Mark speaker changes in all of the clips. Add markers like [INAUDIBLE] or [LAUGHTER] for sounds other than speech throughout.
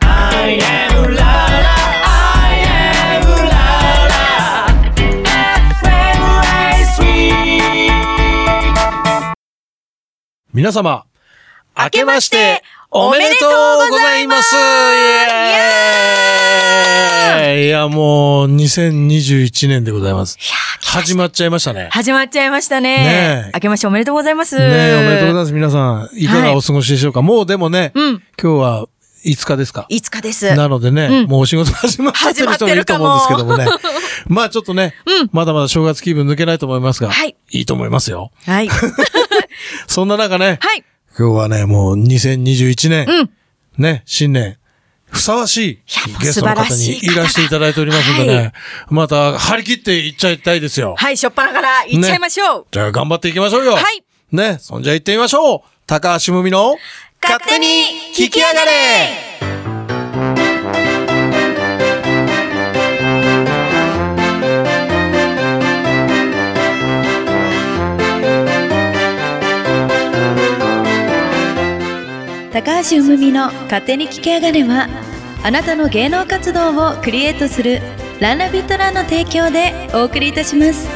Speaker 1: I am la la, I am la la. FM Ice Week.
Speaker 2: 皆様、明け
Speaker 3: け
Speaker 2: ま
Speaker 3: ま
Speaker 2: し
Speaker 3: してて、
Speaker 2: おめでとうございますイエーイいや、もう、2021年でございます。始まっちゃいましたね。
Speaker 3: 始まっちゃいました
Speaker 2: ねえ
Speaker 3: ね。明けましておめでとうございます。
Speaker 2: ねえ、おめでとうございます。皆さん、いかがお過ごしでしょうか、もうでもね、
Speaker 3: うん
Speaker 2: 今日は5日ですか
Speaker 3: いつかです。
Speaker 2: なのでね、
Speaker 3: うん
Speaker 2: もうお仕事始まってる人もいると思うんですけどもね。 [LAUGHS] まあちょっとね、
Speaker 3: うん
Speaker 2: まだまだ正月気分抜けないと思いますが、
Speaker 3: はい
Speaker 2: いいと思いますよ。
Speaker 3: はい。
Speaker 2: そんな中ね、
Speaker 3: はい。
Speaker 2: 今日はね、もう2021年、
Speaker 3: うん。
Speaker 2: ね、新年、ふさわし
Speaker 3: や
Speaker 2: い
Speaker 3: もう
Speaker 2: ゲストの方
Speaker 3: 素晴らし
Speaker 2: に
Speaker 3: い方
Speaker 2: いらしていただいておりますんでね、
Speaker 3: はい
Speaker 2: また張り切っていっちゃいたいですよ。
Speaker 3: はい、しょっぱなから行っちゃいましょう。
Speaker 2: じゃあ頑張っていきましょうよ。
Speaker 3: はい。
Speaker 2: ね、そんじゃ行ってみましょう。高橋むみの
Speaker 3: 勝手に聞きやがれ
Speaker 4: 高橋うむみの勝手に聞き上がれはあなたの芸能活動をクリエイトするランナビットランの提供でお送りいたします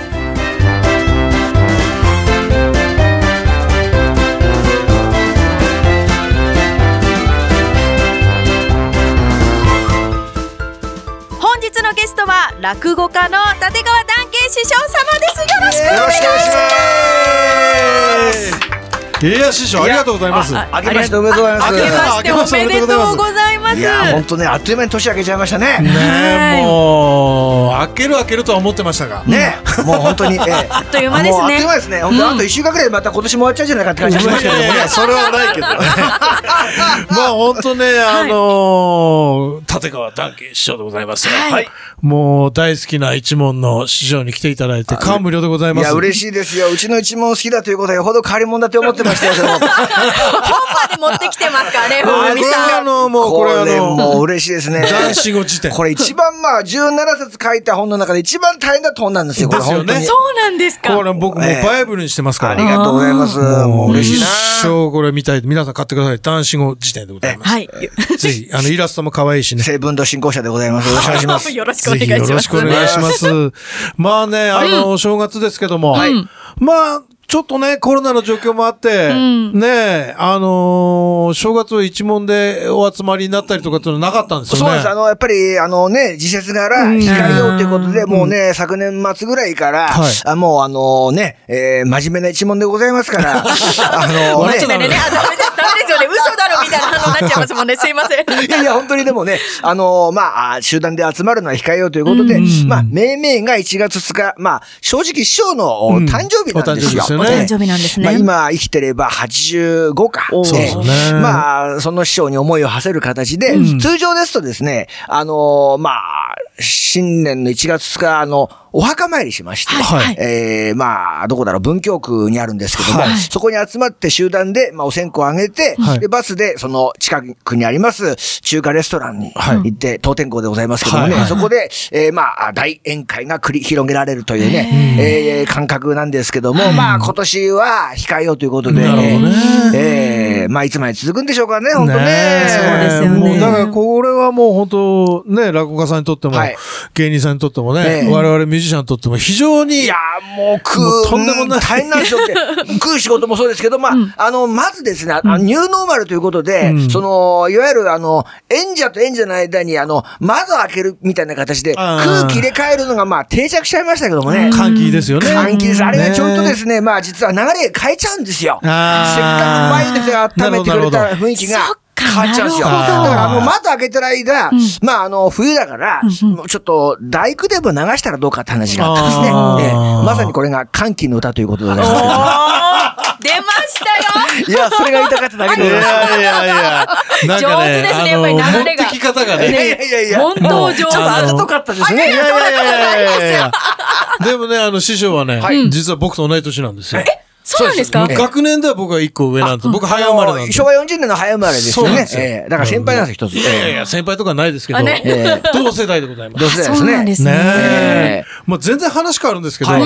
Speaker 3: 本日のゲストは落語家の立川談慶師匠様です。よろしくお願いし
Speaker 2: いや、師匠、ありがとうございます。
Speaker 3: あ
Speaker 5: あけましておめでとうございます。
Speaker 2: 明けま
Speaker 3: ます。明けましておめでとうございます。
Speaker 5: いやー、本当ね、あっという間に年明けちゃいましたね。
Speaker 2: ね
Speaker 3: は
Speaker 2: え、
Speaker 3: い
Speaker 2: もう、開ける開けるとは思ってましたが。
Speaker 5: ね、もう本当に、ええあ
Speaker 3: っという間ですね
Speaker 5: あっという間ですね。本当あと一週間くらいでまた今年も終わっちゃうんじゃないかって感じがしますけどもね。
Speaker 2: それはないけど。まあ本当ね、あのー立川談慶師匠でございますよ。
Speaker 3: はい
Speaker 2: もう大好きな一門の師匠に来ていただいて、感無量でござい
Speaker 5: い
Speaker 2: ます。
Speaker 5: や、嬉
Speaker 2: しい。
Speaker 5: しいですよ。うちの一門好きだということはよほど変わり者だと思ってましたよ。
Speaker 3: 本まで持ってきてますからね、
Speaker 2: こ
Speaker 3: ふみ
Speaker 2: れは
Speaker 3: さ
Speaker 2: あ
Speaker 3: ん。
Speaker 2: の、もうこれはあ
Speaker 5: ねもう
Speaker 2: の、
Speaker 5: 嬉しいですね。
Speaker 2: 男子語辞典。
Speaker 5: これ一番まあ、17冊書いた本の中で一番大変な本なんですよ、これ
Speaker 2: ですよね
Speaker 5: 本当に
Speaker 3: そうなんですか。
Speaker 2: これ僕もう
Speaker 5: ね
Speaker 2: バイブルにしてますか
Speaker 5: あ
Speaker 2: ら。
Speaker 5: りがとうございます。もう嬉しいな。
Speaker 2: 一生これ見たい。皆さん買ってください。男子語辞典でございます。
Speaker 3: はい。 [LAUGHS]
Speaker 2: ぜひ、あの、イラストも可愛いしね。
Speaker 5: 成分と進行者でございます。よろしくお願いします。
Speaker 3: よろしくお
Speaker 2: ぜ
Speaker 3: 願い
Speaker 2: ひ
Speaker 3: しま
Speaker 2: よ
Speaker 3: す。
Speaker 2: ろしくお願いします。まあね、あの、正月ですけども、まあ、ちょっとね、コロナの状況もあって、
Speaker 3: ん
Speaker 2: ねえ、あのー正月を一問でお集まりになったりとかっていうのはなかったんですよね。
Speaker 5: そうです。あの、やっぱり、あのね、時節柄、控えようということで、もうね、昨年末ぐらいから、
Speaker 2: はい
Speaker 5: あもうあのね、えー真面目な一問でございま
Speaker 2: [LAUGHS]
Speaker 5: すから、あの
Speaker 3: 真面目でね、あ、ダメだ、ダメですよね、嘘だろみたいな反応になっちゃいますもんね、すいません。
Speaker 5: [LAUGHS] いやいや、本当にでもね、あのまああ、集団で集まるのは控えようということで、
Speaker 2: うん
Speaker 5: まあ、命名が1月2日、まあ、正直師匠のお
Speaker 2: うん
Speaker 5: 誕生日なんですよ。
Speaker 2: お誕生日ですよね
Speaker 3: お誕生日なんですね
Speaker 5: まあ、今生きてれば85か。
Speaker 2: そうですね
Speaker 5: まあ、その師匠に思いを馳せる形で、
Speaker 2: うん
Speaker 5: 通常ですとですね、あのまあ、新年の1月2日、あの、お墓参りしまして、
Speaker 2: はいはい
Speaker 5: えーまあ、どこだろう、文京区にあるんですけども、
Speaker 2: はい
Speaker 5: そこに集まって集団で、まあ、お線香をあげて、
Speaker 2: はい
Speaker 5: で、バスで、その近くにあります中華レストランに
Speaker 2: はい
Speaker 5: 行って、当店校でございますけども
Speaker 2: はい
Speaker 5: ね、
Speaker 2: はい
Speaker 5: そこで、えーまあ、大宴会が繰り広げられるというね、えー感覚なんですけども、まあ、今年は控えようということで、
Speaker 2: なるほどね
Speaker 5: えーまあ、いつまで続くんでしょうかね、本当ね。
Speaker 2: え
Speaker 3: そうですよね
Speaker 2: もうだからこれはもう本当ね、落語家さんにとっても、
Speaker 5: はい
Speaker 2: 芸人さんにとってもね、
Speaker 5: ええ
Speaker 2: 我々ミュージシャンにとっても非常に、
Speaker 5: いやーもう食
Speaker 2: もう
Speaker 5: う、
Speaker 2: とんでもない
Speaker 5: うん大変なんですよって、
Speaker 2: [LAUGHS]
Speaker 5: 食う仕事もそうですけど、まあ、あの、まずですね、あのニューノーマルということで、
Speaker 2: うん
Speaker 5: その、いわゆる、あの、演者と演者の間に、あの、窓を開けるみたいな形で、
Speaker 2: あー
Speaker 5: 空気入れ替えるのが、まあ、定着しちゃいましたけどもね。
Speaker 2: 歓喜ですよね。
Speaker 5: 換気です。あれがちょっとで
Speaker 2: ね。
Speaker 5: すね、まあ実は流れ変えちゃうんですよ。せっ
Speaker 2: あ
Speaker 5: か
Speaker 2: ー
Speaker 5: く毎日温めてくれた雰囲気が
Speaker 3: なるほど
Speaker 5: 変わっちゃうんですよ。
Speaker 2: そ
Speaker 5: だ
Speaker 2: っか
Speaker 5: か
Speaker 2: な
Speaker 5: ら
Speaker 2: るほど
Speaker 5: あの窓開けてる間、まああの冬だから、もうちょっと大工でも流したらどうかって話があったんですね
Speaker 2: あー。
Speaker 5: ええまさにこれが歓喜の歌ということでございますけども。
Speaker 3: 出ましたよ
Speaker 5: いや、それが言いたかっただけ
Speaker 2: い
Speaker 5: [LAUGHS] でございます。
Speaker 2: やいや
Speaker 3: [LAUGHS]
Speaker 2: いや。なんか
Speaker 3: 上手ですねやっぱり
Speaker 2: あの
Speaker 3: 流れが
Speaker 2: 持ってき方がね。
Speaker 5: いやいやいや。
Speaker 3: 本当上手。
Speaker 5: ちょっとあざとかったですね。
Speaker 2: いやいやいやいやいや。でもね、あの、師匠はね、実は僕と同い年なんですよ。
Speaker 3: そうなんですか
Speaker 2: 学年では僕は一個上なんです。僕、早生まれなんで。
Speaker 5: 昭和40年の早生まれです
Speaker 2: そう
Speaker 5: よ
Speaker 2: なんで
Speaker 5: ね。
Speaker 2: すよ
Speaker 5: ええだから先輩なんですよ、一つ。
Speaker 2: いやいや、先輩とかないですけど
Speaker 3: あね、
Speaker 2: ええ同世代でございます。
Speaker 5: どうせです
Speaker 3: そうなん
Speaker 5: ね
Speaker 3: で。す
Speaker 2: ね
Speaker 5: ね
Speaker 2: え。まあ全然話変わるんですけど、あ
Speaker 5: はい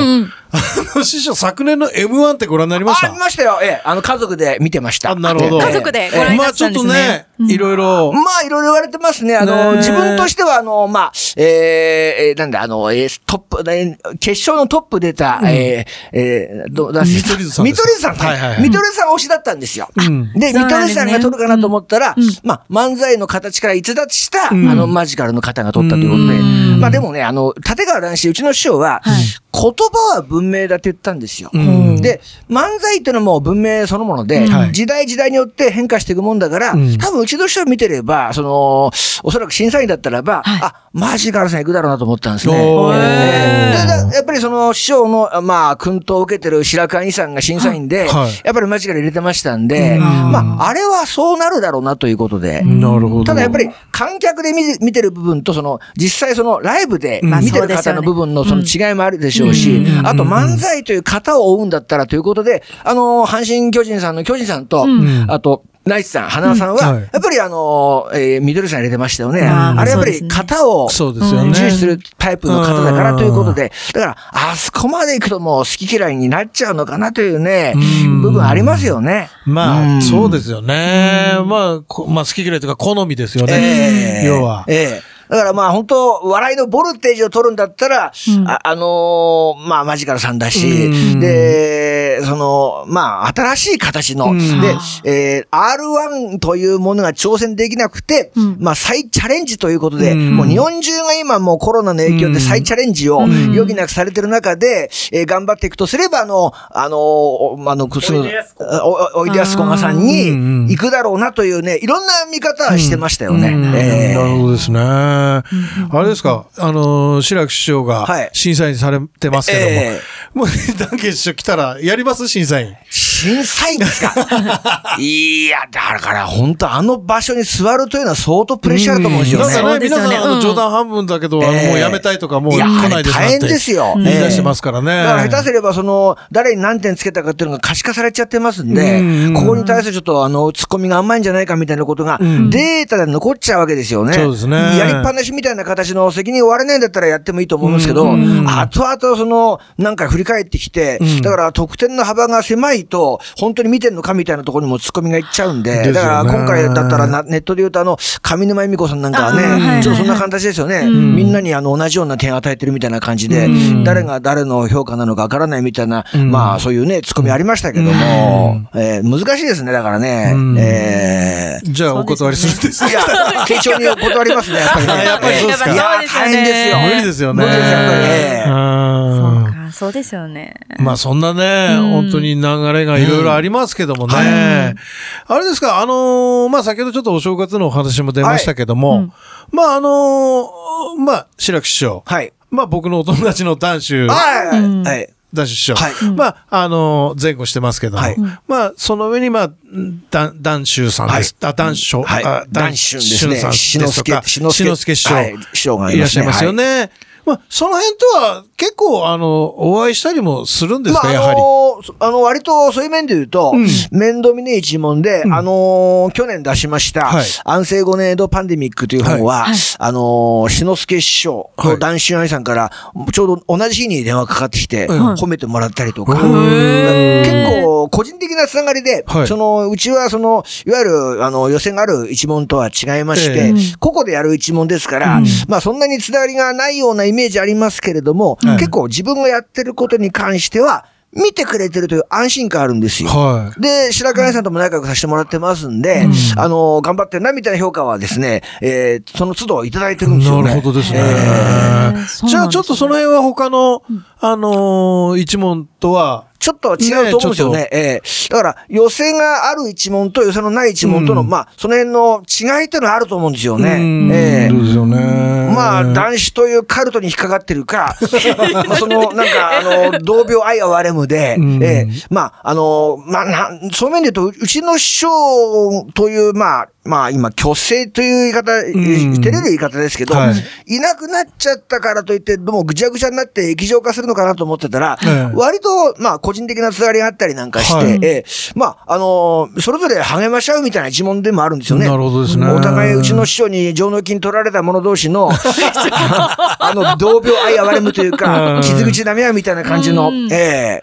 Speaker 2: の、師匠、昨年の M1 ってご覧になりまし
Speaker 5: あ、
Speaker 2: た
Speaker 5: 見ましたよ。ええ、あの、家族で見てました。
Speaker 2: あなるほど
Speaker 3: 家族でご覧に
Speaker 2: ま
Speaker 3: な
Speaker 2: あ
Speaker 3: っ
Speaker 2: ち
Speaker 3: た
Speaker 2: ょっ
Speaker 3: んです
Speaker 2: と
Speaker 3: ね
Speaker 2: ね、いろいろ。
Speaker 5: まあ、いろいろ言われてますね。あの、
Speaker 2: ねえ
Speaker 5: 自分としては、あの、まあ、えー、えーなんだ、あの、えートップ、えー決勝のトップ出た、えー、えー、ど、だ
Speaker 2: 見取り図さん
Speaker 5: 見
Speaker 2: です
Speaker 5: 取り図さん。
Speaker 2: はいはいはい
Speaker 5: 見取り図さん推しだったんですよ。
Speaker 2: うん
Speaker 5: で、
Speaker 3: そう
Speaker 5: 見
Speaker 3: なんで
Speaker 5: 取り図
Speaker 3: すね
Speaker 5: さんが取るかなと思ったら、
Speaker 3: うん
Speaker 5: まあ、漫才の形から逸脱した、
Speaker 2: ん
Speaker 5: あの、マジカルの方が取ったということで、
Speaker 2: うん
Speaker 5: まあ、でもね、あの、立川談志、うちの師匠は、
Speaker 3: はい
Speaker 5: 言葉は文明だって言ったんですよ。
Speaker 2: うん
Speaker 5: で、漫才っていうのも文明そのもので、
Speaker 2: はい
Speaker 5: 時代時代によって変化していくもんだから、
Speaker 2: うん
Speaker 5: 多分うちの人を見てれば、その、おそらく審査員だったらば、
Speaker 3: はい
Speaker 5: あ、マジカルさん行くだろうなと思ったんですね。
Speaker 2: おー
Speaker 5: えーでだやっぱりその師匠の、あまあ、薫陶を受けてる白川兄さんが審査員で、
Speaker 2: はい
Speaker 5: やっぱりマジカル入れてましたんで、
Speaker 2: うん
Speaker 5: まあ、あれはそうなるだろうなということで、
Speaker 2: なるほど。
Speaker 5: ただやっぱり観客で見見てる部分とその実際そのライブで
Speaker 2: まあ
Speaker 5: 見て
Speaker 3: そう
Speaker 5: る
Speaker 3: ですよ
Speaker 5: 方
Speaker 3: ね
Speaker 5: の部分のその違いもあるでしょうし、
Speaker 3: うん
Speaker 5: あと漫才という型を追うんだったらということで、あのー阪神巨人さんの巨人さんと、
Speaker 2: ん
Speaker 5: あと、ナイツさん、花輪さんは、
Speaker 2: うんはい
Speaker 5: やっぱりあのー、えー、ミドルさん入れてましたよね。
Speaker 3: あ
Speaker 5: あ
Speaker 3: ー
Speaker 5: れやっ
Speaker 3: そう
Speaker 5: ぱ
Speaker 3: です
Speaker 5: り
Speaker 3: ね
Speaker 5: 型を
Speaker 2: そうですよね
Speaker 5: 重視するタイプの方だからということで、だから、あそこまで行くともう好き嫌いになっちゃうのかなというね、
Speaker 2: うん
Speaker 5: 部分ありますよね。
Speaker 2: ま
Speaker 5: う
Speaker 2: あ、
Speaker 5: ん
Speaker 2: そうですよね。まあ、こまあ、好き嫌いというか、好みですよね。
Speaker 5: ええ
Speaker 2: 要は。
Speaker 5: ええだからまあ本当、笑いのボルテージを取るんだったら、
Speaker 3: うん
Speaker 5: あ、あのーまあマジカルさんだ
Speaker 2: う
Speaker 5: し、
Speaker 2: ん
Speaker 5: で、その、まあ新しい形の、
Speaker 2: うん
Speaker 5: で、えー R1 というものが挑戦できなくて、
Speaker 3: うん
Speaker 5: まあ再チャレンジということ
Speaker 2: う
Speaker 5: で、
Speaker 2: ん
Speaker 5: もう日本中が今もうコロナの影響で再チャレンジを
Speaker 2: うん
Speaker 5: 余儀なくされてる中で、えー頑張っていくとすれば、あの、あのー、おあの、すぐ
Speaker 1: おいでやすこ
Speaker 5: おおおいでやすこがさん
Speaker 2: あーうんうん
Speaker 5: に行くだろうなというね、いろんな見方はしてましたよね。
Speaker 2: うん
Speaker 5: ええ
Speaker 2: なるほどですね。あれですか、あの、白木師匠が
Speaker 5: はい
Speaker 2: 審査員されてますけども、
Speaker 5: え
Speaker 2: もう、ダンケン師匠来たら、やります審査員。
Speaker 5: 審査員ですかいや、だから本当あの場所に座るというのは相当プレッシャーだと思うんですよ
Speaker 2: なん
Speaker 5: ね。
Speaker 2: か
Speaker 3: そう
Speaker 2: ね、
Speaker 3: です
Speaker 2: 皆
Speaker 3: よね
Speaker 2: さん、あ
Speaker 3: う
Speaker 2: の
Speaker 3: ん
Speaker 2: 冗談半分だけど、あの
Speaker 5: ええ
Speaker 2: もうやめたいとか、もう
Speaker 5: い
Speaker 2: 来
Speaker 5: や
Speaker 2: ないですなんて
Speaker 5: 大変ですよ
Speaker 2: 言い出してますからね。
Speaker 5: だから下手すれば、その、誰に何点つけたかっていうのが可視化されちゃってますんで
Speaker 2: うん、
Speaker 5: ここに対するちょっと、あの、ツッコミが甘いんじゃないかみたいなことが、データで残っちゃうわけですよね。
Speaker 2: そうですね
Speaker 5: やりっぱなしみたいな形の責任を負われないんだったらやってもいいと思うんですけど、
Speaker 2: うん
Speaker 5: 後々、その、なんか振り返ってきて
Speaker 2: ん、
Speaker 5: だから得点の幅が狭いと、本当に見てんのかみたいなところにもツッコミがいっちゃうん
Speaker 2: ですよ
Speaker 5: で、
Speaker 2: ね
Speaker 5: だから今回だったらな、ネットで言うと、あの、上沼恵美子さんなんかは
Speaker 3: あーはいはいは
Speaker 5: ね
Speaker 3: い、
Speaker 5: ちょっとそんな形ですよね。
Speaker 2: ん
Speaker 5: みんなにあの、同じような点与えてるみたいな感じで
Speaker 2: うん、
Speaker 5: 誰が誰の評価なのかわからないみたいな、
Speaker 2: ん
Speaker 5: まあそういうね、ツッコミありましたけども、えー難しいですね、だからね。
Speaker 2: うん
Speaker 5: えー
Speaker 2: じゃあ、お断りするんです
Speaker 5: いや、慶長に断りますね、やっぱりね。
Speaker 2: [LAUGHS] やっぱりそうですか
Speaker 5: いや大変ですよ。
Speaker 2: 無理ですよね。
Speaker 5: 無理ですやっぱりね
Speaker 2: う
Speaker 3: そ
Speaker 2: ん
Speaker 3: うか、そうですよね。
Speaker 2: まあそんなね、
Speaker 3: うん
Speaker 2: 本当に流れがいろいろありますけどもね。あれですか、あのーまあ先ほどちょっとお正月のお話も出ましたけども、
Speaker 3: はいうん
Speaker 2: まああのーまあ白木師匠、
Speaker 5: はい。
Speaker 2: まあ僕のお友達の男子、
Speaker 5: はい
Speaker 3: うん
Speaker 5: はい。
Speaker 2: 男子師匠、
Speaker 5: はい
Speaker 2: まああのー前後してますけども、
Speaker 5: はい
Speaker 2: まあその上にまあ、男男子さんです。あ、男子、
Speaker 5: はい
Speaker 2: あ
Speaker 5: 男子ですね。
Speaker 2: さんです
Speaker 5: 篠
Speaker 2: と
Speaker 5: 介
Speaker 2: か、、篠介師匠。
Speaker 5: はい師匠が
Speaker 2: いらっしゃいますよ
Speaker 5: ね。
Speaker 2: ね。まあ、その辺とは結構、あの、お会いしたりもするんですか、やは
Speaker 5: あ
Speaker 2: り。
Speaker 5: のーそあの、割とそういう面で言うと、面倒見ねえ一問で、あのー去年出しました、
Speaker 2: はい
Speaker 5: 安政5年江戸パンデミックという本は、あのー、篠介師匠
Speaker 2: はい
Speaker 5: と男子愛さんから、ちょうど同じ日に電話かかってきて、
Speaker 2: うん
Speaker 5: 褒めてもらったりとか、
Speaker 2: へ
Speaker 5: 結構、個人的なつながりで、
Speaker 2: はい
Speaker 5: その、うちは、その、いわゆる、あの、予選がある一問とは違いまして、
Speaker 2: え
Speaker 5: 個々でやる一問ですから、まあ、そんなにつながりがないようなイメージありますけれども、
Speaker 2: はい
Speaker 5: 結構自分がやってることに関しては、見てくれてるという安心感あるんですよ。
Speaker 2: は
Speaker 5: で、白川さんとも仲良くさせてもらってますんで、あの、頑張ってるな、みたいな評価はですね、えーその都度いただいてるんですよ
Speaker 2: な
Speaker 5: ね。
Speaker 2: るほどですね。
Speaker 3: えーそうなんですね
Speaker 2: じゃあ、ちょっとその辺は他の、あのー一問とは、
Speaker 5: ちょっと違うと思うんですよね。ええだから、寄せがある一問と寄せのない一問との、
Speaker 2: うん
Speaker 5: まあ、その辺の違いっていうのはあると思うんですよね。
Speaker 2: うん
Speaker 5: ええ
Speaker 2: そうですよね。
Speaker 5: まあ、
Speaker 2: だ
Speaker 5: 男子というカルトに引っかかってるか、
Speaker 2: [LAUGHS]
Speaker 5: まあその、なんか、あの、同病愛はれむで、
Speaker 2: うん
Speaker 5: ええまあ、あの、まあ、なんそういう面で言うと、うちの師匠という、まあ、まあ、今、虚勢という言い方、
Speaker 2: ん
Speaker 5: 照れる言い方ですけど、、
Speaker 2: はい
Speaker 5: なくなっちゃったからといって、どうもぐちゃぐちゃになって液状化するのかなと思ってたら、
Speaker 2: ええ
Speaker 5: 割と、まあ、個人的なつわりがあったりなんかして、
Speaker 2: はい
Speaker 5: ええまあ、あのそれぞれ励まし合うみたいな一問でもあるんですよね。
Speaker 2: なるほどですね
Speaker 5: お互い、うちの師匠に上納金取られた者同
Speaker 2: [LAUGHS]
Speaker 5: 士の、あの、同病愛哀れむという
Speaker 2: う
Speaker 5: か
Speaker 2: ん、
Speaker 5: 傷口舐め合うみたいな感じの、ええ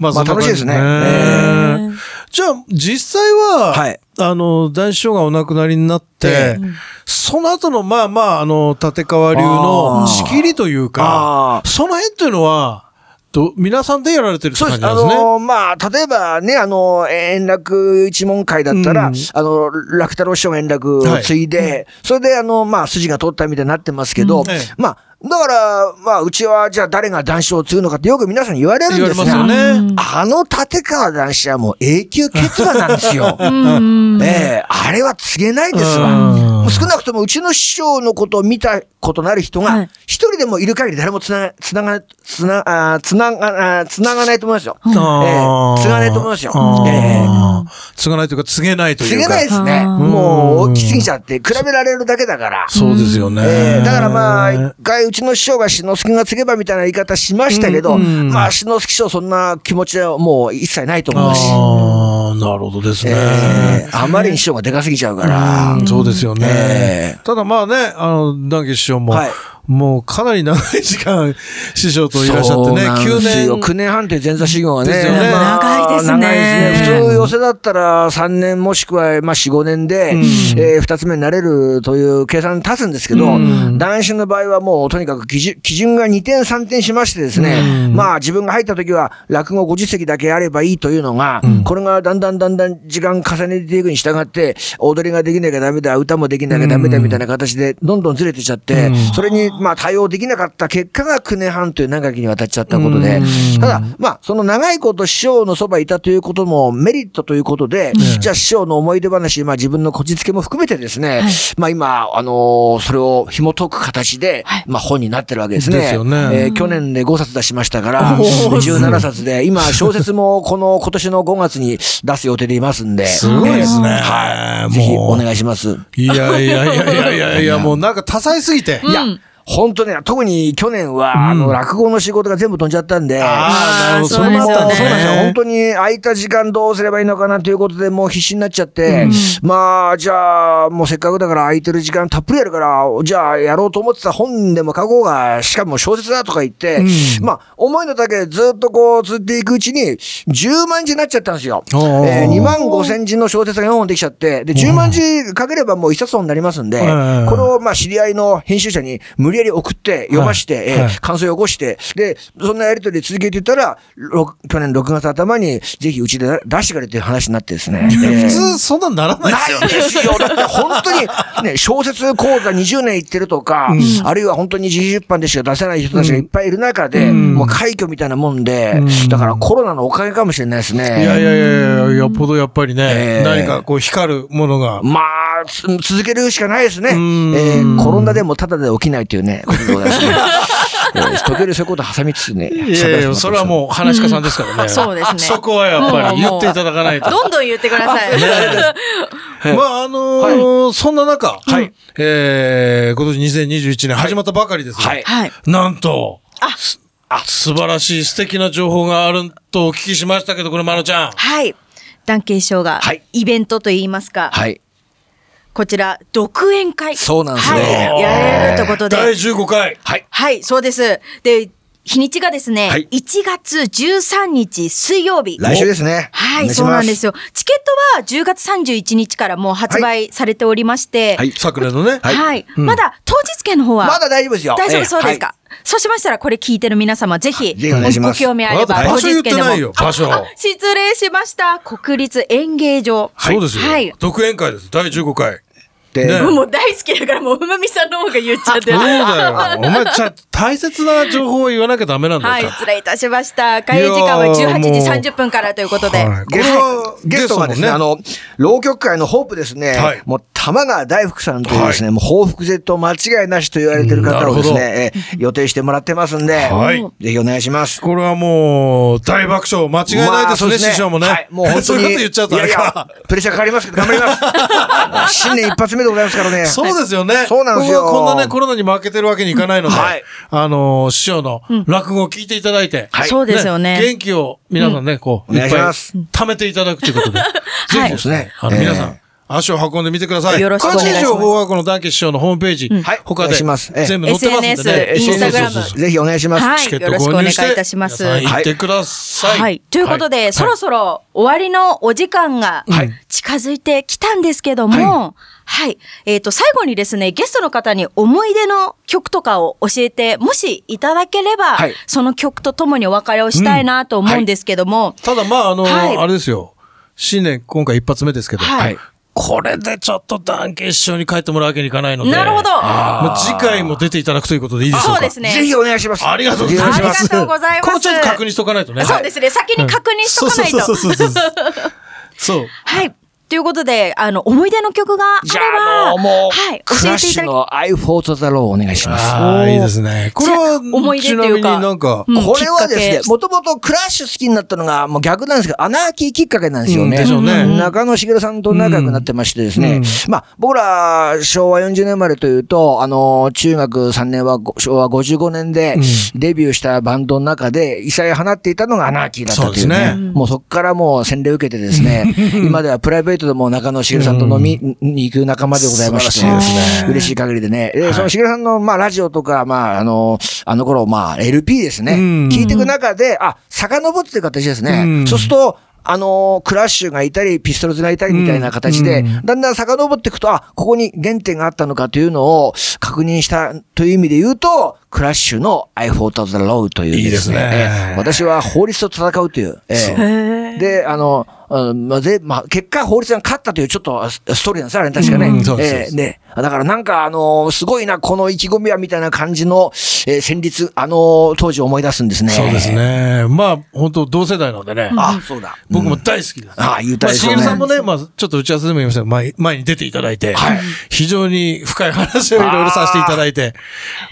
Speaker 2: ま
Speaker 5: ま
Speaker 2: そん
Speaker 5: あ
Speaker 2: な感じ
Speaker 5: 楽しいですね
Speaker 2: じゃあ、実際は、
Speaker 5: はい
Speaker 2: あの、男子師匠がお亡くなりになって、
Speaker 5: え
Speaker 2: その後の、まあまあ、あの、立川流の
Speaker 5: あー
Speaker 2: 仕切りというか
Speaker 5: あ、
Speaker 2: その辺というのは、ど皆さんでやられてるって
Speaker 5: そうで
Speaker 2: 感
Speaker 5: す。
Speaker 2: じなん
Speaker 5: あ
Speaker 2: ですね。
Speaker 5: のーまあ、例えばね、あのー、円楽一門会だったら、
Speaker 2: うん
Speaker 5: あの、楽太郎師匠が円楽を継いで、それで、あの、まあ、筋が通ったみたいになってますけど、
Speaker 2: うんええ
Speaker 5: まあ、だから、まあ、うちは、じゃあ誰が男子を継ぐのかってよく皆さんに言われるん
Speaker 2: 言わ
Speaker 5: で
Speaker 2: れ
Speaker 5: す
Speaker 2: ま
Speaker 5: が
Speaker 2: すよね。
Speaker 5: あの立川男子はもう永久欠番なんです
Speaker 2: [LAUGHS]
Speaker 5: よ。
Speaker 3: うん
Speaker 5: ええあれは告げないですわ。
Speaker 2: うん
Speaker 5: もう少なくともうちの師匠のことを見たことのある人
Speaker 3: は
Speaker 5: が
Speaker 3: い、
Speaker 5: 一人でもいる限り誰もつな、つなが、つな、あーつなが、あーつながないと思いますよ。ええ
Speaker 2: あー
Speaker 5: つがないと思いますよ。ええ
Speaker 2: あーつがないというか、つげないという
Speaker 5: つ
Speaker 2: か。
Speaker 5: げないですね。
Speaker 3: うん
Speaker 5: もう、大きすぎちゃって、比べられるだけだから。
Speaker 2: そうですよね。
Speaker 5: ええだからまあ、一回うちの師匠が志の輔が継げばみたいな言い方しましたけど、
Speaker 2: うんうん
Speaker 5: まあ、志の輔師匠そんな気持ちはもう一切ないと思うし。
Speaker 2: ああ、なるほどですね。
Speaker 5: ええあまりに師匠がでかすぎちゃうから。
Speaker 2: うんそうですよね
Speaker 5: え。
Speaker 2: ただまあね、あの、談義師匠も、
Speaker 5: はい
Speaker 2: もうかなり長い時間、師匠といらっしゃってね、
Speaker 5: 9
Speaker 2: 9年。
Speaker 5: 年。9年半という前座修行はね。
Speaker 2: ですよね
Speaker 3: 長いですね
Speaker 5: 長いですね普通寄せだったら3年もしくはまあ4、5年で、
Speaker 2: うん
Speaker 5: え2つ目になれるという計算に立つんですけど、
Speaker 2: うん
Speaker 5: 男子の場合はもうとにかく基準基準が2点3点しましてですね、
Speaker 2: うん
Speaker 5: まあ自分が入った時は落語50席だけあればいいというのが、これがだんだんだんだん時間重ねていくに従って、踊りができなきゃダメだ、歌もできなきゃダメだみたいな形でどんどんずれてちゃって、
Speaker 2: うん
Speaker 5: それにまあ対応できなかった結果が9年半という長きにわたっちゃったことで、
Speaker 2: うん
Speaker 5: ただ、まあ、その長いこと師匠のそばにいたということもメリットということで、じゃあ師匠の思い出話、まあ自分のこじつけも含めてですね、まあ今、あのーそれを紐解く形で、まあ本になってるわけですね。
Speaker 2: ですよね
Speaker 5: えー去年で5冊出しましたから、
Speaker 2: おー
Speaker 5: 17冊で、今小説もこの今年の5月に出す予定でいますん
Speaker 2: [LAUGHS]
Speaker 5: で、
Speaker 2: すごいですね。
Speaker 5: えーぜひお
Speaker 2: もう。
Speaker 5: 願いします。
Speaker 2: いやいやいやいやい
Speaker 5: [LAUGHS]
Speaker 2: やいや、もうなんか多彩すぎて。
Speaker 5: いや、本当ね、特に去年は、あの、落語の仕事が全部飛んじゃったんで、
Speaker 2: ああ、なるほど。
Speaker 3: そう
Speaker 2: れもあったね。
Speaker 5: そうなんですよ。本当に空いた時間どうすればいいのかなということで、もう必死になっちゃって、まあ、じゃあ、もうせっかくだから空いてる時間たっぷりあるから、じゃあやろうと思ってた本でも書こうが、しかも小説だとか言って、まあ、思いのだけずっとこう、つっていくうちに、10万字になっちゃったんですよ。え
Speaker 2: おー
Speaker 5: ー2万5千字の小説が4本できちゃって、で、10万字書ければもう一冊本になりますんで、
Speaker 2: うん
Speaker 5: これをまあ、知り合いの編集者に無理やり送って、読まして、えー
Speaker 2: はい
Speaker 5: 感想を起こして、で、そんなやりとり続けてたら、ろ去年6月頭に、ぜひうちで出してくれっていう話になってですね。え
Speaker 2: 普
Speaker 5: ー
Speaker 2: 通そんなんならないですよ
Speaker 5: な
Speaker 2: ね
Speaker 5: い。ですよ。だって本当に、ね、 [LAUGHS] 小説講座20年行ってるとか、あるいは本当に自費出版でしか出せない人たちがいっぱいいる中で、
Speaker 2: うん
Speaker 5: もう快挙みたいなもんで、
Speaker 2: うん
Speaker 5: だからコロナのおかげかもしれないですね。
Speaker 2: いやいやいやいや、よっぽどやっぱりね、
Speaker 5: えー
Speaker 2: 何かこう光るものが。
Speaker 5: まあ、つ続けるしかないですね。え
Speaker 2: ん
Speaker 5: ーコロナでもタダで起きないというね、ことでございます
Speaker 2: [LAUGHS]
Speaker 5: ね。えー時 [LAUGHS] 折そういうこと挟みつつね。
Speaker 2: いやいや、それはもう話し家さんですからね。
Speaker 3: ん [LAUGHS] そうですね
Speaker 2: そこはやっぱり言っていただかないと。
Speaker 3: どんどん言ってください。
Speaker 2: まあ、あのーそんな中、えー今年2021年始まったばかりですが、
Speaker 5: はい。
Speaker 3: [LAUGHS] はい。
Speaker 2: なんと、
Speaker 3: あ
Speaker 2: す素晴らしい素敵な情報があるとお聞きしましたけど、これ、まのちゃん。
Speaker 3: はい。男系賞が
Speaker 5: はい、
Speaker 3: イベントといいますか、
Speaker 5: はい。
Speaker 3: こちら、独演会。
Speaker 5: そうなんですね
Speaker 3: はい。やられるということで。
Speaker 2: 第15回。
Speaker 5: はい。
Speaker 3: はい、そうです。で、日にちがですね、
Speaker 5: はい
Speaker 3: 1月13日水曜日。
Speaker 5: 来週ですね。
Speaker 3: は
Speaker 5: お
Speaker 3: い、
Speaker 5: 願します
Speaker 3: そうなんですよ。チケットは10月31日からもう発売されておりまして、
Speaker 5: はい
Speaker 2: 昨年のね。
Speaker 3: はい
Speaker 2: うん
Speaker 3: まだ当日券の方は
Speaker 5: まだ大丈夫ですよ。
Speaker 3: 大丈夫そうです
Speaker 5: え
Speaker 3: か、そうしましたらこれ聞いてる皆様ぜひ
Speaker 5: いぜひお願いします
Speaker 3: ご興味あれば
Speaker 2: あと
Speaker 3: 当
Speaker 2: 場所
Speaker 3: 日券で
Speaker 2: 言ってな
Speaker 3: も
Speaker 2: いよ場所
Speaker 3: ああ失礼しました国立演芸場
Speaker 2: そうですよ。
Speaker 3: はい
Speaker 2: 独演会です。第15回。
Speaker 5: え
Speaker 2: ね
Speaker 5: で、
Speaker 3: もう大好きだからもううまみさんの方が言っちゃっ
Speaker 2: そ
Speaker 3: て
Speaker 2: うだよ。お前、ちゃ、大切な情報を言わなきゃダメなんだ
Speaker 3: は
Speaker 2: よ
Speaker 3: い、。失礼いたしました。開演時間は
Speaker 2: もう
Speaker 3: 18時30分からということで。
Speaker 2: はい
Speaker 5: ゲスト、ゲストがですね、
Speaker 2: ゲストもね
Speaker 5: あの、浪曲界のホープですね、
Speaker 2: はい
Speaker 5: もう玉川大福さんというですね、もう報復絶倒間違いなしと言われてる方をです
Speaker 2: うんな
Speaker 5: ね、えー予定してもらってますんで、
Speaker 2: はい
Speaker 5: ぜひお願いします。
Speaker 2: これはもう、大爆笑、間違いない
Speaker 5: ま
Speaker 2: で
Speaker 5: あ
Speaker 2: す
Speaker 5: そ
Speaker 2: ね、
Speaker 5: う
Speaker 2: 師匠もね。
Speaker 5: はいもう本当に。
Speaker 2: [LAUGHS] そういうこと言っちゃうとあれ
Speaker 5: いやいや
Speaker 2: か。
Speaker 5: プレッシャーかかりますけど、頑張り
Speaker 2: [LAUGHS]
Speaker 5: ます。新年一発目でございますからね。
Speaker 2: そうですよね。
Speaker 5: そうなんですよ
Speaker 2: 僕はこんなね、コロナに負けてるわけにいかないので、
Speaker 5: はい
Speaker 2: あのー師匠の落語を聞いていただいて、
Speaker 5: はい
Speaker 3: そうですよね
Speaker 2: 元気を皆さんね、こう、
Speaker 5: お願いし
Speaker 2: っぱい
Speaker 5: ます [LAUGHS]
Speaker 2: 貯めていただくということで、ぜひですね、
Speaker 5: は
Speaker 2: あ
Speaker 5: い
Speaker 2: の、
Speaker 5: ええ
Speaker 2: 皆さん、足を運んでみてください。
Speaker 3: よろしくお願いします
Speaker 2: 詳しい情報はこのダンケ師匠のホームページ、
Speaker 5: はい
Speaker 2: 他
Speaker 5: お
Speaker 2: で
Speaker 5: 願いしますええ
Speaker 2: 全部載ってますんで
Speaker 3: SNS
Speaker 2: ね。
Speaker 3: インスタグラム
Speaker 2: そうそうそうそう
Speaker 5: ぜひお願いします。
Speaker 3: はい
Speaker 2: チケッ
Speaker 3: よろ
Speaker 2: ト
Speaker 3: しくお
Speaker 2: 購
Speaker 3: 願い
Speaker 2: 入
Speaker 3: い
Speaker 2: して、
Speaker 3: たします
Speaker 2: 皆さん行ってください。
Speaker 3: はい。ということで、
Speaker 2: は
Speaker 3: そろそろ終わりのお時間が
Speaker 5: はい
Speaker 3: 近づいてきたんですけども、はい。えっ、と、最後にですね、ゲストの方に思い出の曲とかを教えて、もしいただければ、
Speaker 5: はい
Speaker 3: その曲とともにお別れをしたいなと思うんですけども、
Speaker 2: ただ、まあ、あの、
Speaker 3: はい
Speaker 2: あれですよ。新年、今回一発目ですけど、
Speaker 3: はい
Speaker 2: これでちょっとダンケ師匠に帰ってもらうわけにいかないので、
Speaker 3: なるほど。
Speaker 2: まあ、次回も出ていただくということでいいでしょう
Speaker 3: そ
Speaker 2: か。
Speaker 3: うですね。
Speaker 5: ぜひお願いします。
Speaker 2: ありがとうござい
Speaker 5: お
Speaker 2: ます。
Speaker 5: 願
Speaker 3: ありがとうございます
Speaker 2: これちょっと確認しとかないとね。
Speaker 3: そうですね。先に確認しとかないと。
Speaker 2: そうそうそうそうそう。そう。
Speaker 3: [LAUGHS] はい。ということで、あの、思い出の曲があれば、
Speaker 5: じゃあ、あのもう、
Speaker 3: はい、
Speaker 5: ク
Speaker 3: 教
Speaker 5: ラ
Speaker 3: え
Speaker 5: ッ
Speaker 3: てい
Speaker 5: シ
Speaker 3: た
Speaker 5: ュ
Speaker 3: だき、
Speaker 5: の I for the law お願いします。
Speaker 2: ああ、いいですね。これは、
Speaker 3: 思い出
Speaker 2: ち
Speaker 3: と
Speaker 2: なみ
Speaker 3: いう
Speaker 2: に
Speaker 3: か
Speaker 2: なんか、
Speaker 3: うん
Speaker 5: これはです
Speaker 3: きっ
Speaker 5: ね
Speaker 3: か、け
Speaker 5: もともとクラッシュ好きになったのが、もう逆なんですけど、アナーキーきっかけなんですよ
Speaker 2: うん
Speaker 5: ね。
Speaker 2: でしょうね
Speaker 5: ん中野茂さんと仲良くなってましてですね、まあ、僕ら、昭和40年生まれというと、あの、中学3年はご昭和55年で、デビューしたバンドの中で、異彩を放っていたのがアナーキーだったという
Speaker 2: そうで
Speaker 5: ね。
Speaker 2: す
Speaker 5: もうそこからもう洗礼を受けてですね、今ではプライベートでも中野茂さんと飲みに行く仲間でございまして、
Speaker 2: 素晴らしいですね
Speaker 5: 嬉しい限りでね。で、そのしげるさんの、まあ、ラジオとか、まあ、あの、あの頃、まあ、LP ですね。
Speaker 2: うん
Speaker 5: 聞いていく中で、あ、遡ってる形ですね。
Speaker 2: うん
Speaker 5: そうすると、あのクラッシュがいたり、ピストルズがいたりみたいな形で、
Speaker 2: うん
Speaker 5: だんだん遡っていくと、あ、ここに原点があったのかというのを確認したという意味で言うと、クラッシュの I fought the road という
Speaker 2: いいですね
Speaker 5: ええ私は法律と戦うという。ええで、あの、あまあで、まあ、結果、法律が勝ったという、ちょっとあスストーリーなんですあれ、確かね。
Speaker 2: うんそうですそう
Speaker 5: え
Speaker 2: で
Speaker 5: えね。だから、なんか、あの、すごいな、この意気込みは、みたいな感じの、えー戦慄、あの、当時を思い出すんですね。
Speaker 2: そうです。ね。まあ、本当同世代なんでね。
Speaker 5: あ、そうだ。
Speaker 2: 僕も大好きです。
Speaker 5: ああ言うた
Speaker 2: ま
Speaker 5: で
Speaker 2: あ、
Speaker 5: し
Speaker 2: し
Speaker 5: ょう
Speaker 2: げ
Speaker 5: ね
Speaker 2: るさんもね、まあ、ちょっと打ち合わせでも言いましたが、前前に出ていただいて、非常に深い話をいろいろさせていただいて、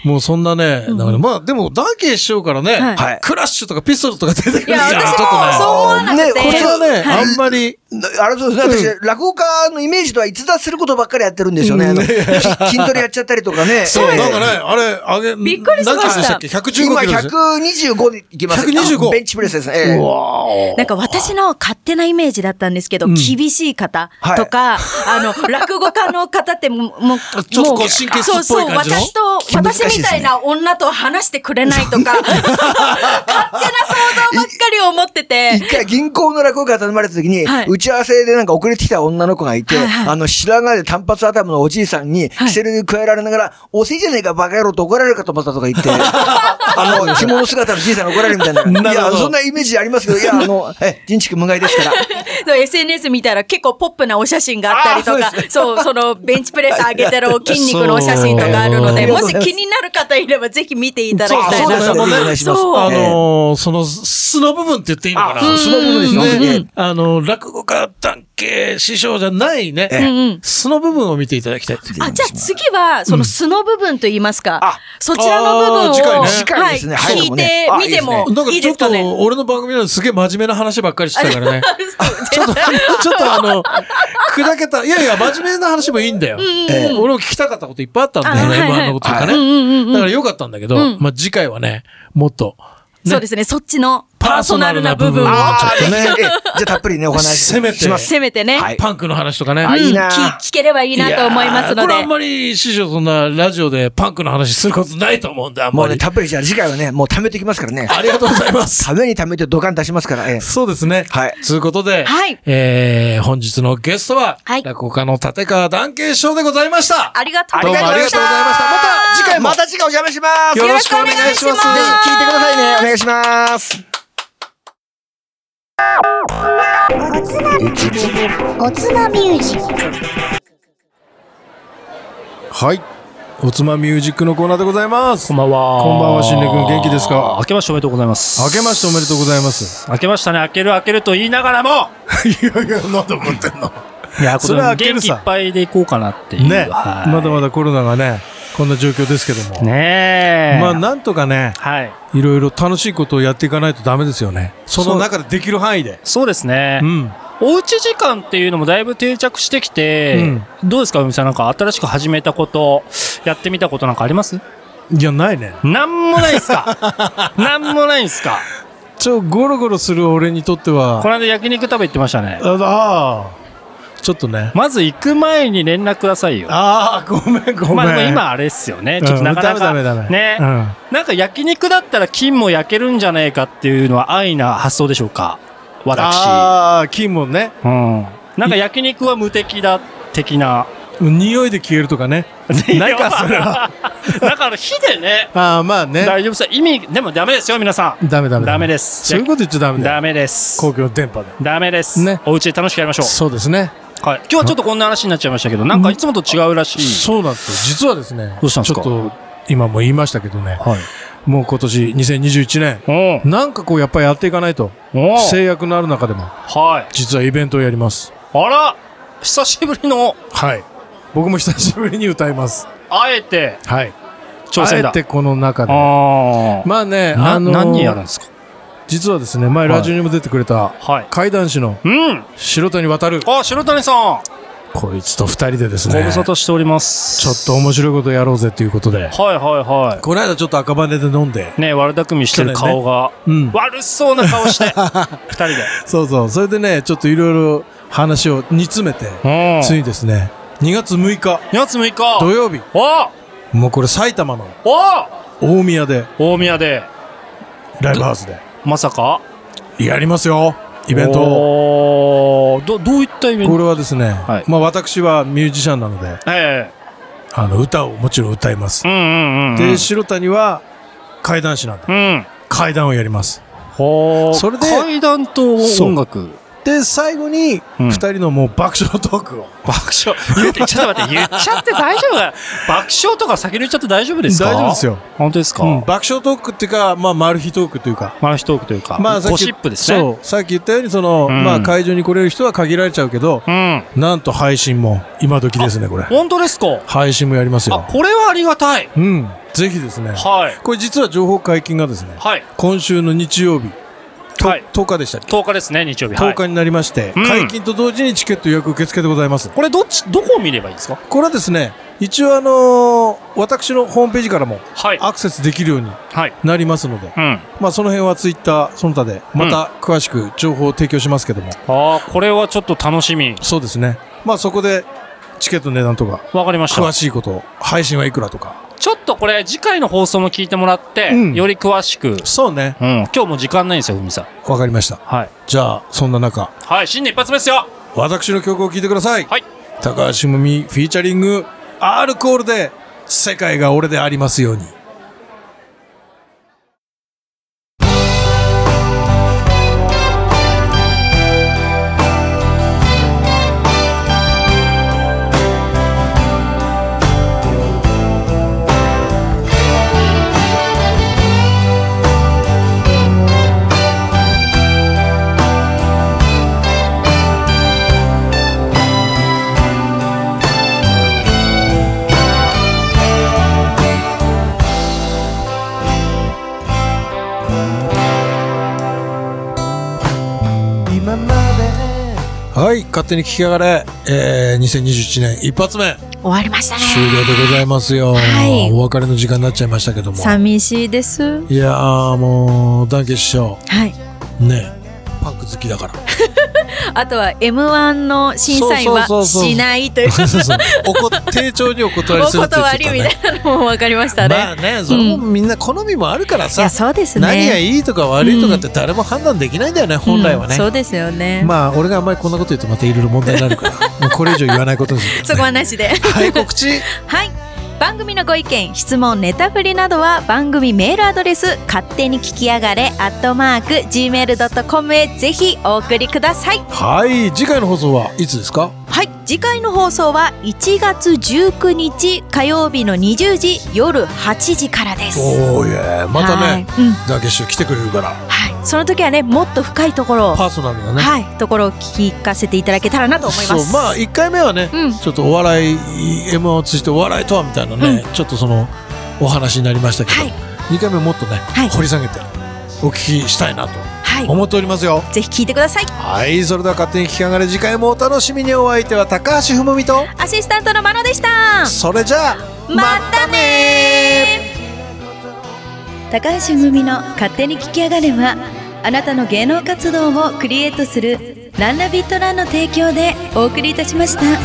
Speaker 2: もうそんなね、だからまあ、でも、ダーケー師匠からね、
Speaker 5: はい
Speaker 2: クラッシュとかピストルとか出てくる
Speaker 3: いや、
Speaker 2: じゃん
Speaker 3: 私
Speaker 2: ちょっと
Speaker 3: も
Speaker 2: ね
Speaker 3: そう思わなくて。
Speaker 5: ね
Speaker 2: これはね、
Speaker 5: はい
Speaker 2: あんまり、
Speaker 5: あれそうですね。私、落語家のイメージとは逸脱することばっかりやってるんですよね。あのき [LAUGHS] 筋トレやっちゃったりとかね。
Speaker 2: そう、
Speaker 5: ええ
Speaker 2: なんかね、あれ、あげ、
Speaker 3: びっくりしました
Speaker 2: 何キロでしたっけ ?115 キ
Speaker 5: 今
Speaker 2: ロですよ。
Speaker 5: 125でいきます。
Speaker 2: 125
Speaker 5: ベンチプレスですね。ええ
Speaker 3: なんか私の勝手なイメージだったんですけど、厳しい方とか、あの、落語家の方ってもう、もう、
Speaker 2: [LAUGHS] ちょっとこう
Speaker 3: も
Speaker 2: 神経質っぽい
Speaker 3: そうそう、
Speaker 2: 感じの
Speaker 3: 私と、
Speaker 5: 難しいです
Speaker 3: 私
Speaker 5: ね
Speaker 3: みたいな女と話してくれないとか、 [LAUGHS] 勝手な想像ばっかり思ってて
Speaker 5: 一、回銀行の落語家頼まれた時に、
Speaker 3: はい
Speaker 5: 打ち合わせでなんか遅れてきた女の子がいて、
Speaker 3: はいはい
Speaker 5: あの、白髪で単発頭のおじいさんに、
Speaker 3: い
Speaker 5: キセルに加えられながら、おせいじゃねえかバカ野郎と怒られるかと思ったとか
Speaker 3: [LAUGHS]
Speaker 5: 言って、あの、着物姿のじいさんが怒られるみたいな。
Speaker 2: なるほど
Speaker 3: [LAUGHS]
Speaker 5: いや、そんなイメージありますけど、いや、あの、え、人畜無害ですから。
Speaker 3: そう SNS 見たら結構ポップなお写真があったりと
Speaker 5: あーそ
Speaker 3: か、
Speaker 5: う
Speaker 3: そう、そのベンチプレス上げてる筋肉のお写真とかあるので、
Speaker 5: そう
Speaker 3: もし気になる方いればぜひ見ていただき
Speaker 5: あ
Speaker 3: たい
Speaker 5: そう
Speaker 3: なと
Speaker 5: ですそう
Speaker 2: そう
Speaker 5: です
Speaker 2: だ
Speaker 5: お願いします。
Speaker 3: そう
Speaker 2: あ
Speaker 5: ええ
Speaker 2: のーその、素の部分って言っていいのかな
Speaker 5: あ素の部分ですよ
Speaker 2: ね
Speaker 5: うん
Speaker 2: あの、落語家、団系師匠じゃないね、素の部分を見ていただきたい。
Speaker 3: あ、じゃあ次は、その素の部分といいますか、
Speaker 5: あ
Speaker 3: そちらの部分を、
Speaker 2: あー次回ね
Speaker 5: 次回ですね
Speaker 3: はい、
Speaker 5: はい
Speaker 3: 聞いて
Speaker 5: そうねあ
Speaker 3: みても
Speaker 2: なんか
Speaker 3: いい
Speaker 2: ち
Speaker 3: で
Speaker 2: ょっ
Speaker 3: すか
Speaker 2: と、
Speaker 3: ね。
Speaker 2: 俺の番組なのですげえ真面目な話ばっかりしてた
Speaker 3: [LAUGHS]
Speaker 2: からね。ちょっと、ちょっとあの、砕けた、いやいや、真面目な話もいいんだよ。ええ俺も聞きたかったこといっぱいあったんだよね、
Speaker 3: あはいはい
Speaker 2: M1 のこととかね。だからよかったんだけど、まあ次回はね、もっと、
Speaker 3: そうですね、そっちのパ
Speaker 2: パ
Speaker 3: ー
Speaker 2: ー
Speaker 3: ソ
Speaker 2: ソ
Speaker 3: ナ
Speaker 2: ナ
Speaker 3: ル
Speaker 2: ル
Speaker 3: な
Speaker 2: な
Speaker 3: 部
Speaker 2: 部
Speaker 3: 分
Speaker 2: 分
Speaker 3: を
Speaker 2: を、
Speaker 5: あーちょっとね、ええじゃあたっぷりね、お話し
Speaker 3: [LAUGHS]
Speaker 2: せめて
Speaker 5: します。
Speaker 3: せめてね、
Speaker 5: はい
Speaker 2: パンクの話とかね。
Speaker 5: あいいな
Speaker 3: 聞聞ければいいなと思いますの
Speaker 2: やーこれ
Speaker 3: で
Speaker 2: あん。まり師匠そんなラジオでパンクの話することないと思うんで、あん
Speaker 5: も
Speaker 2: ま
Speaker 5: うね、
Speaker 2: り。
Speaker 5: たっぷりじゃあ次回はね、もう貯めてきますからね。
Speaker 2: ありがとうござい
Speaker 5: [LAUGHS]
Speaker 2: ます。
Speaker 5: ために貯めてドカン出しますから、ええ
Speaker 2: そうですね。
Speaker 5: はい
Speaker 2: ということで、
Speaker 3: はい
Speaker 2: えー、本日のゲストは、
Speaker 3: はい
Speaker 2: 落語家の立川談慶師匠でございました。
Speaker 3: ありがとう
Speaker 5: あり
Speaker 3: ござ
Speaker 5: が
Speaker 3: い
Speaker 5: とう
Speaker 3: ま
Speaker 5: ござい
Speaker 3: し
Speaker 5: ました。
Speaker 3: た。
Speaker 5: また次回もまた次回お邪魔します。
Speaker 2: よろしくお願いします
Speaker 5: ぜひ聞いてくださいね。お願いします。
Speaker 6: おつまミュージック
Speaker 2: はい。おつまみミュージックのコーナーでございます。
Speaker 7: こんばんは。
Speaker 2: こんばんは新年君元気ですか
Speaker 7: 明けましておめでとうございます。
Speaker 2: 明けましておめでとうございます。
Speaker 7: 明けましたね。明ける明けると言いながらも、
Speaker 2: いやいや、なんで思ってんの
Speaker 7: い [LAUGHS] や、
Speaker 2: それは明ける
Speaker 7: 元気い
Speaker 2: さ
Speaker 7: っぱいでいこうかなっていう。
Speaker 2: ね。
Speaker 7: はい
Speaker 2: まだまだコロナがね、こんな状況ですけども。
Speaker 7: ねえ。
Speaker 2: まあ、なんとかね、
Speaker 7: はい。
Speaker 2: いろいろ楽しいことをやっていかないとダメですよね。その中でできる範囲で。
Speaker 7: そうですね。
Speaker 2: うん。
Speaker 7: おうち時間っていうのもだいぶ定着してきて、どうですか、うみさん。なんか新しく始めたこと、やってみたことなんかあります
Speaker 2: いや、ないね。
Speaker 7: なんもないっす [LAUGHS] かなんもないんすか
Speaker 2: ちょ、ゴロゴロする俺にとっては
Speaker 7: こ、の間焼肉食べ行ってましたね。
Speaker 2: ああ、ちょっとね。
Speaker 7: まず行く前に連絡くださいよ。
Speaker 2: ああ、ごめん、ごめん。
Speaker 7: まあでも今あれっすよね。ちょっとなかなか。
Speaker 2: うんダメダメダメ
Speaker 7: ね。
Speaker 2: うん
Speaker 7: なんか焼肉だったら金も焼けるんじゃないかっていうのは安易な発想でしょうか私。
Speaker 2: ああ、金もね。
Speaker 7: うん。なんか焼肉は無敵だ、的な。
Speaker 2: 匂いで消えるとかね。 [LAUGHS] ないか、それは。
Speaker 7: [LAUGHS] だから火でね、
Speaker 2: ああ、まあね。
Speaker 7: 大丈夫さ、意味、でもダメですよ、皆さん。
Speaker 2: ダメダメ。
Speaker 7: ダメです
Speaker 2: そういうこと言っちゃダメだよ。
Speaker 7: ダメです。
Speaker 2: 公共の電波で。
Speaker 7: ダメです。
Speaker 2: ね
Speaker 7: お家で楽しくやりましょう。
Speaker 2: そうですね。
Speaker 7: はい。今日はちょっとこんな話になっちゃいましたけど、なんかいつもと違うらしい。
Speaker 2: そうなんですよ。実はですね。
Speaker 7: どうしたんですか
Speaker 2: ちょっと、今も言いましたけどね。
Speaker 7: はい。
Speaker 2: もう今年2021年。
Speaker 7: おう
Speaker 2: なんかこうやっぱりやっていかないと。
Speaker 7: おう
Speaker 2: 制約のある中でも、
Speaker 7: はい。
Speaker 2: 実はイベントをやります。
Speaker 7: あら久しぶりの、
Speaker 2: はい。僕も久しぶりに歌います。
Speaker 7: あえて、
Speaker 2: はい。
Speaker 7: 挑戦だ。
Speaker 2: あえてこの中で。
Speaker 7: ああ。
Speaker 2: まあね、
Speaker 7: な
Speaker 2: あのー
Speaker 7: 何人やるんですか
Speaker 2: 実はですね、前ラジオにも出てくれた、
Speaker 7: はい。
Speaker 2: 怪談師の
Speaker 7: うん。
Speaker 2: 白谷渡る。
Speaker 7: あ、白谷さん。
Speaker 2: こいつと二人でです
Speaker 7: ご
Speaker 2: ね、
Speaker 7: 無
Speaker 2: ち
Speaker 7: 沙
Speaker 2: ょっ
Speaker 7: 汰しております。
Speaker 2: と面白いことやろうぜということで、
Speaker 7: はいはいは
Speaker 2: この間ちょっと赤羽で飲んで、
Speaker 7: い。ね悪巧みしてる顔が、
Speaker 2: うん。
Speaker 7: 悪そうな顔
Speaker 2: [LAUGHS]
Speaker 7: して、二人で。
Speaker 2: そうそう。それでね、ちょっといろいろ話を煮詰めて、
Speaker 7: うん。
Speaker 2: ついにですね、2月6日
Speaker 7: 2月6
Speaker 2: 土
Speaker 7: 日。
Speaker 2: 曜日、
Speaker 7: お
Speaker 2: もうこれ埼玉の
Speaker 7: お
Speaker 2: 大宮で、
Speaker 7: 大宮で、
Speaker 2: ライブハウスで、
Speaker 7: まさか
Speaker 2: やりますよイ
Speaker 7: イ
Speaker 2: ベントを。
Speaker 7: ど、どういったイベン
Speaker 2: こ
Speaker 7: ト
Speaker 2: れはですね、
Speaker 7: はい
Speaker 2: まあ私はミュージシャンなので、
Speaker 7: え
Speaker 2: あの、歌をもちろん歌います
Speaker 7: え。。うんうんうん。
Speaker 2: で、白谷は怪談師なんで、
Speaker 7: うん。
Speaker 2: 怪談をやります。
Speaker 7: ほー
Speaker 2: それで
Speaker 7: 階段と音楽。
Speaker 2: で、最後に、
Speaker 7: うん
Speaker 2: 二人のもう爆笑トークを。
Speaker 7: 爆笑。言って、ちょっと待って、言っちゃって大丈夫だ。爆笑とか先に言っちゃって大丈夫ですか
Speaker 2: 大丈夫ですよ。
Speaker 7: 本当ですか、
Speaker 2: うん爆笑トークっていうか、まあ、マル秘トークというか。
Speaker 7: マルチトークというか、
Speaker 2: まあ、
Speaker 7: ゴシップですね。
Speaker 2: そう。さっき言ったように、その、
Speaker 7: うん
Speaker 2: まあ、会場に来れる人は限られちゃうけど、
Speaker 7: うん。
Speaker 2: なんと配信も、今時ですね、これ。
Speaker 7: 本当ですか
Speaker 2: 配信もやります
Speaker 7: あ
Speaker 2: よ、。
Speaker 7: これはありがたい。
Speaker 2: うん。ぜひですね。
Speaker 7: はい。
Speaker 2: これ実は情報解禁がですね、
Speaker 7: はい。
Speaker 2: 今週の日曜日、と
Speaker 7: はい
Speaker 2: 10日でしたっけ
Speaker 7: 10日ですね、日曜日。は
Speaker 2: 10
Speaker 7: い
Speaker 2: 日になりまして、
Speaker 7: うん
Speaker 2: 解禁と同時にチケット予約受付でございます。
Speaker 7: これどっち、どこを見ればいいですか
Speaker 2: これはですね、一応あのー私のホームページからも
Speaker 7: はい。
Speaker 2: アクセスできるように
Speaker 7: はい。
Speaker 2: なりますので、
Speaker 7: うん。
Speaker 2: まあその辺はツイッターその他でまた詳しく情報を提供しますけども、
Speaker 7: ああ、これはちょっと楽しみ。
Speaker 2: そうですね。まあそこでチケットの値段とか、
Speaker 7: わかりました
Speaker 2: 詳。しいこと、配信はいくらとか。
Speaker 7: ちょっとこれ、次回の放送も聞いてもらって、
Speaker 2: うん
Speaker 7: より詳しく。うん。
Speaker 2: そうね。
Speaker 7: 今日もう時間ないんですよ、ふみさん。
Speaker 2: わかりました。
Speaker 7: はい。
Speaker 2: じゃあ、そんな中、
Speaker 7: はい、新年一発目ですよ
Speaker 2: 私の曲を聴いてください。
Speaker 7: はい。
Speaker 2: 高橋むみフィーチャリング、アルコールで、世界が俺でありますように。はい、勝手に聞きやがれ、えー、2021年一発目、
Speaker 4: 終わりましたね
Speaker 2: 終了でございますよ。
Speaker 4: はい
Speaker 2: お別れの時間になっちゃいましたけども。
Speaker 4: 寂しいです
Speaker 2: いやーもう、ダンケ師匠、
Speaker 4: はい
Speaker 2: ね、パンク好きだから。
Speaker 4: あとは M1 の審査員は
Speaker 2: そうそうそうそう
Speaker 4: しないという
Speaker 2: [LAUGHS]
Speaker 4: [LAUGHS]
Speaker 2: そうそうそうおこ丁重にお断り
Speaker 4: お
Speaker 2: する
Speaker 3: [LAUGHS]
Speaker 2: って言っ
Speaker 4: 断
Speaker 2: て
Speaker 4: り
Speaker 2: た
Speaker 4: み
Speaker 2: ね。
Speaker 4: たいなのも分かりましたね、
Speaker 2: まあね、それもみんな好みもあるから
Speaker 4: い
Speaker 2: さ
Speaker 4: や、そうですね
Speaker 2: 何がいいとか悪いとかって誰も判断できないんだよね、本来は
Speaker 4: う
Speaker 2: ね
Speaker 4: ん。そうですよね、
Speaker 2: まあ、俺があんまりこんなこと言うとまたいろいろ問題になるから、 [LAUGHS] もうこれ以上言わないことにす
Speaker 4: そこ
Speaker 2: る、ね。
Speaker 4: はなしで
Speaker 2: はい、告知。
Speaker 4: [LAUGHS] はい。番組のご意見、質問、ネタ振りなどは番組メールアドレス勝手に聞きやがれアットマーク gmail.com へぜひお送りください。
Speaker 2: はい、次回の放送はいつですか
Speaker 4: はい。次回の放送は1月19日火曜日の20時夜8時からです。
Speaker 2: おーいえまた
Speaker 4: はい
Speaker 2: ね、
Speaker 4: うん
Speaker 2: ダーケッシュ来てくれるから、
Speaker 4: はい。その時はね、もっと深いところを、
Speaker 2: パーソナルがね。
Speaker 4: はい、ところを聞かせていただけたらなと思います。
Speaker 2: そう、まあ1回目はね、
Speaker 4: うん
Speaker 2: ちょっとお笑い、M1 を通じてお笑いとはみたいなね、ちょっとそのお話になりましたけど、
Speaker 4: はい
Speaker 2: 2回目もっとね、
Speaker 4: はい
Speaker 2: 掘り下げてお聞きしたいなと
Speaker 4: は
Speaker 2: 思っておりますよ。
Speaker 4: い。ぜひ聞いてください。
Speaker 2: はい、それでは勝手に聞き上がれ次回もお楽しみにお相手は高橋文美と、
Speaker 4: アシスタントのまのでした。
Speaker 2: それじゃあ、
Speaker 4: またね
Speaker 8: 高橋むみの勝手に聞きやがれはあなたの芸能活動をクリエイトする
Speaker 3: ランナビットランの提供でお送りいたしました。
Speaker 9: Stay.